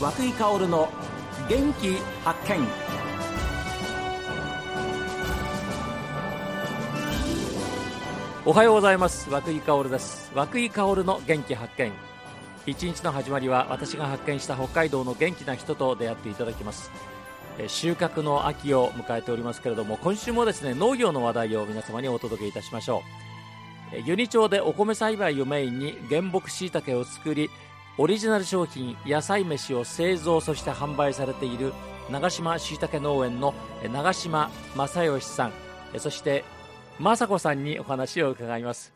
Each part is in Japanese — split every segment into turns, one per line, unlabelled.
和久井薫の元気発見おはようございます和久井薫です和久井薫の元気発見一日の始まりは私が発見した北海道の元気な人と出会っていただきますえー収穫の秋を迎えておりますけれども今週もですね農業の話題を皆様にお届けいたしましょうえー由仁町でお米栽培をメインに原木しいたけを作りオリジナル商品野菜飯を製造そして販売されている長島しいたけ農園のえー長島正義さんえーそして雅子さんにお話を伺います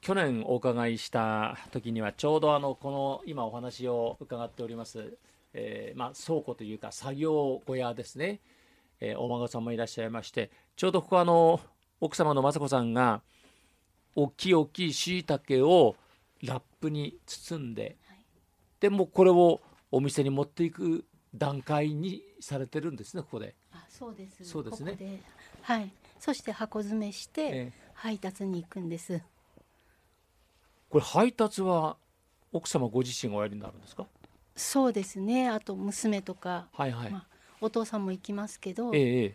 去年お伺いした時にはちょうどあのこの今お話を伺っております、えーまあ、倉庫というか作業小屋ですね、えーお孫さんもいらっしゃいましてちょうどここあの奥様の雅子さんが大きい大きいしいたけをラップに包んで、
はい
でもうこれをお店に持っていく段階にされてるんですねここで。
あそうです
そうですね
ここではいそして箱詰めして、
ええ
配達に行くんです
これ配達は奥様ご自身がおやりになるんですか
そうですねあと娘とか、
はいはい、
まあ、お父さんも行きますけど、
ええええ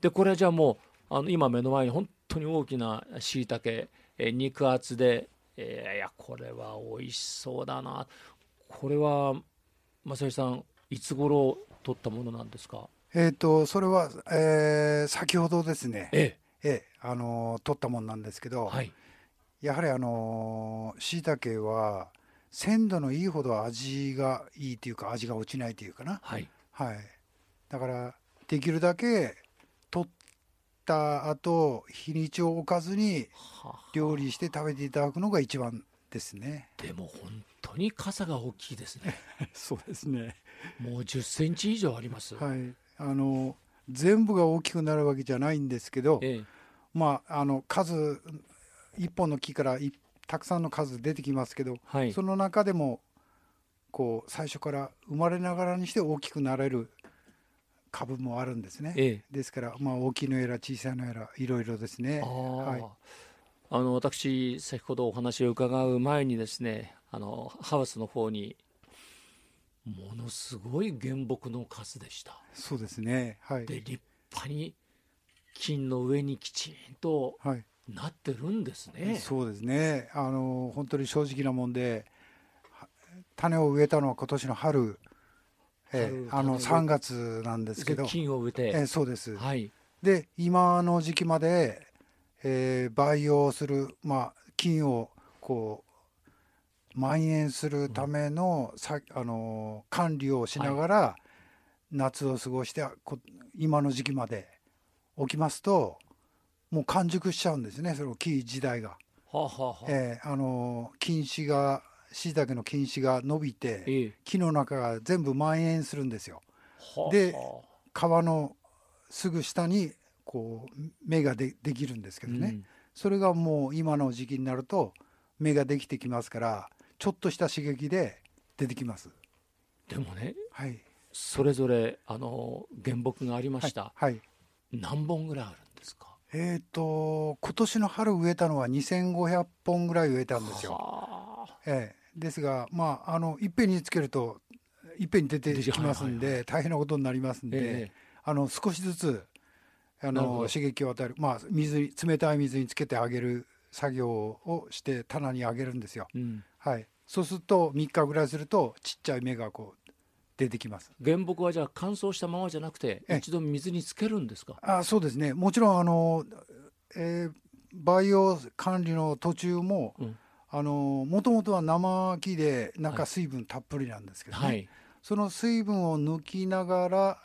でこれはじゃあもうあの今目の前に本当に大きなしいたけ肉厚で、えーいやこれは美味しそうだなこれは正義さんいつ頃取ったものなんですか
えっと、それは、えー先ほどですね、
え
ええ、あのー取ったもんなんですけ
え
ど、
はい
やはりあのー、椎茸は鮮度のいいほど味がいいというか、味が落ちないというかな。
はい
はい。だから、できるだけ取った後、日にちを置かずに
はあ
料理して食べていただくのが一番ですね。
でも本当に傘が大きいですね
そうですね。
もう1 0ンチ以上あります、
はい。あのー全部が大きくなるわけじゃないんですけど、
ええ
まあ、あの数一本の木からいたくさんの数出てきますけど、
はい
その中でもこう最初から生まれながらにして大きくなれる株もあるんですね。
ええ
ですから、まあ、大きいのやら小さいのやらいろいろですね。
ああ、
はい、
あの私先ほどお話を伺う前にですねあのハウスの方にものすごい原木の数でした
そうですね。はい
で立派に金の上にきちんと
はい
なってるんですね
そうですね。あの本当に正直なもんで、種を植えたのは今年の春、ええ
春
あの
種を
3月なんですけど、
金を植え
ええ
て、
そうです。
はい
で今の時期まで、えー培養する、まあ、菌をこう蔓延するための,、さあのー管理をしながら、夏を過ごしてこ今の時期まで置きますともう完熟しちゃうんですねその木自体が。
はあ、はあはあ、
えーあのー菌糸が椎茸の菌糸が伸びて、
ええ
木の中が全部蔓延するんですよ。
はあ
で
はあ
皮のすぐ下にこう芽がでできるんですけどね、
うん
それがもう今の時期になると芽ができてきますからちょっとした刺激で出てきます
でもね
はい
それぞれあの原木がありました、
はい
何本ぐらいあるんですか
えっ、と今年の春植えたのは2500本ぐらい植えたんですよ、
はあ
ええ、ですがまああのいっぺんにつけるといっぺんに出てきますんで、
はい
大変なことになりますんで、
ええ
あの少しずつあ
なるほ
の
ど
刺激を与える、まあ、水に冷たい水につけてあげる作業をして棚にあげるんですよ、
うん
はい、そうすると3日ぐらいするとちっちゃい芽がこう出てきます
原木はじゃあ乾燥したままじゃなくて
ええ
一度水につけるんですか
あそうですねもちろんあの、えー培養管理の途中も
うん
もともとは生木で
は
中
い
水分たっぷりなんですけどね、
はい
その水分を抜きながら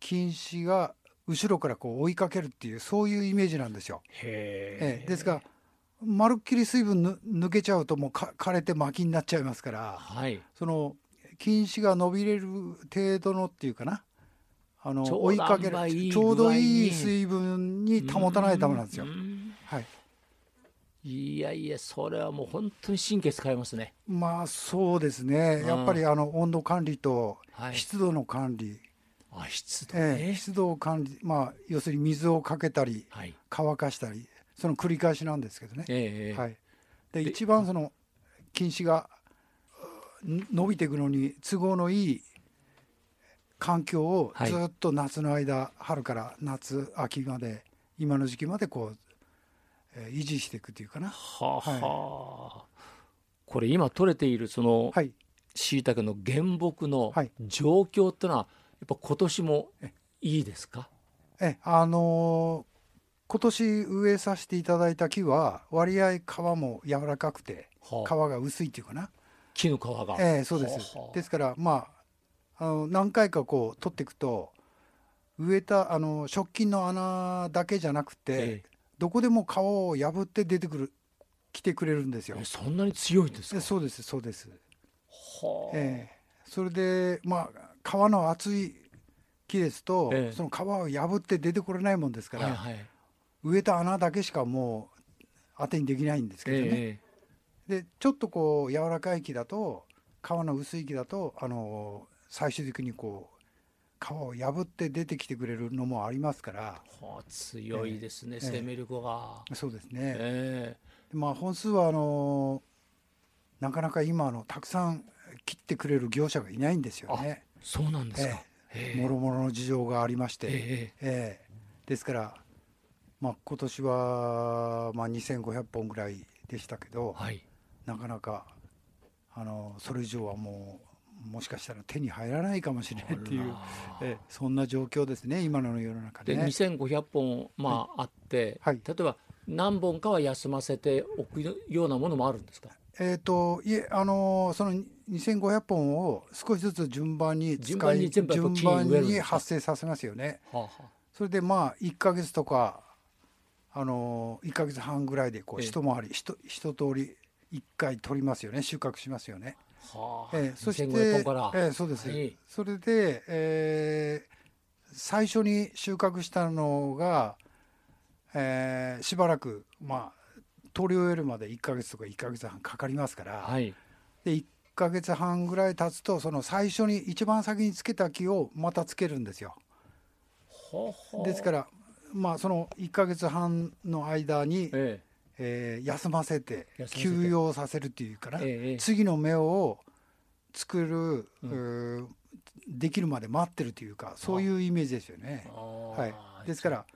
菌糸が後ろからこう追いかけるっていうそういうイメージなんですよ。え
へ
え、ですがまるっきり水分ぬ抜けちゃうともうか枯れて薪になっちゃいますから
はい
その菌糸が伸びれる程度のっていうかなあの
ちょうど
追いかけ
塩梅いい
るち
具合に
ょうどいい水分に保たないためなんですよ
う。ん
はい、
いやいやそれはもう本当に神経使いますね
まあそうですね
うん
やっぱりあの温度管理と
はい
湿度の管理、
あ湿度
ええ
ね
湿度を管理、まあ、要するに水をかけたり
はい
乾かしたりその繰り返しなんですけどね。
ええええ
はい、で一番その菌糸がうん伸びていくのに都合のいい環境を
はい
ずっと夏の間、春から夏秋まで今の時期までこう、えー維持していくというかな
はあはあ、これ今取れているその
はい
しいたけの原木の
はい
状況ってのはやっぱ今年もいいですか
えあのー今年植えさせていただいた木は割合皮も柔らかくて
は
皮
あ
が薄いっていうかな
木の皮が、
ええそうです、
はあはあ
ですからまああの何回かこう取っていくと植えたあの食器の穴だけじゃなくて、
え
どこでも皮を破って出てくる来てくれるんです
え
よ
え。そんなに強いんです
え
か
そうですそうです、
はあ
ええそれでまあ皮の厚い木ですと、
ええ
その皮を破って出てこれないもんですから、
はいはい
植えた穴だけしかもう当てにできないんですけどね。
え
でちょっとこう柔らかい木だと皮の薄い木だとあの最終的にこう皮を破って出てきてくれるのもありますから
えはあ強いですね、
ええ
生命力が、
そうですね、
え
まあ本数はあのなかなか今あのたくさん切ってくれる業者がいないんですよね
えそうなんですか、ええ
もろもろの事情がありまして、
ええ
ええですから、まあ、今年は、まあ、2500本ぐらいでしたけど、
はい
なかなかあのそれ以上はもうもしかしたら手に入らないかもしれないっていう
あら
えそんな状況ですね今の世の中で,、
で
ね、
2500本、まあ、あって、
はい
例えば何本かは休ませておくようなものもあるんですか
えっ、といえあのその2500本を少しずつ順番に使
順
い
番に全部やっぱ
順
木に植えるん
番
ですか
に発生させますよね
はあはあ
それでまあ1ヶ月とかあの1ヶ月半ぐらいでこう
ええ
一回り、ひと一通り1回取りますよね収穫しますよね
はあ、
えーそして、
2500本から、
えーそうです、
はい
それで、えー最初に収穫したのが、えーしばらく、まあ、取り終えるまで1ヶ月とか1ヶ月半かかりますから、
はい
で1ヶ月半ぐらい経つとその最初に一番先につけた木をまたつけるんですよ。
はあはあ
ですから、まあ、その1ヶ月半の間に、
え
えー休ませて
休ませて
休養させるっていうか
え
な、
ええ
次の芽を作る、
う
うーできるまで待ってるというかそういうイメージですよね。はい、ですから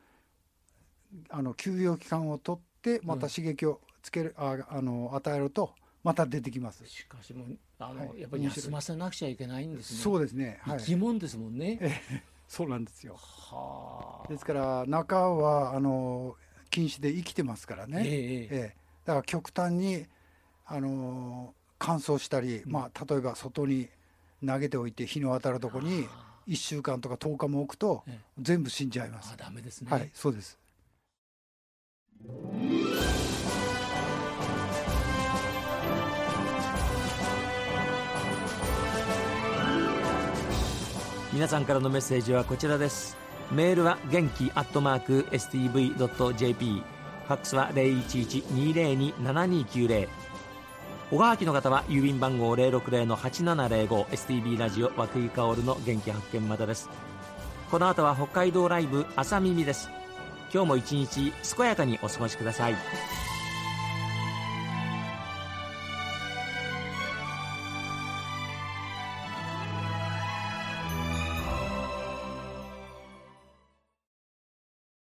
あの休養期間を取ってまた刺激をつける、ああの与えるとまた出てきます。
しかしもうあの、
はい
やっぱり
面白い
休ませなくちゃいけないんですね
そうですね、はい
生、き物ですもんね、
そうなんですよ。
はあ
ですから中はあの禁止で生きてますからね。
ええええ
ええ、だから極端に、あのー乾燥したり、まあ、例えば外に投げておいて日の当たるとこに
あ
1週間とか10日も置くと
ええ
全部死んじゃいます
あ。ダメですね、
はい、そうです。
皆さんからのメッセージはこちらですメールは元気アットマーク STV.jp ファックスは0112027290おがはきの方は郵便番号 060-8705STB ラジオ和久井薫の元気発見までですこの後は北海道ライブ朝耳です今日も一日健やかにお過ごしください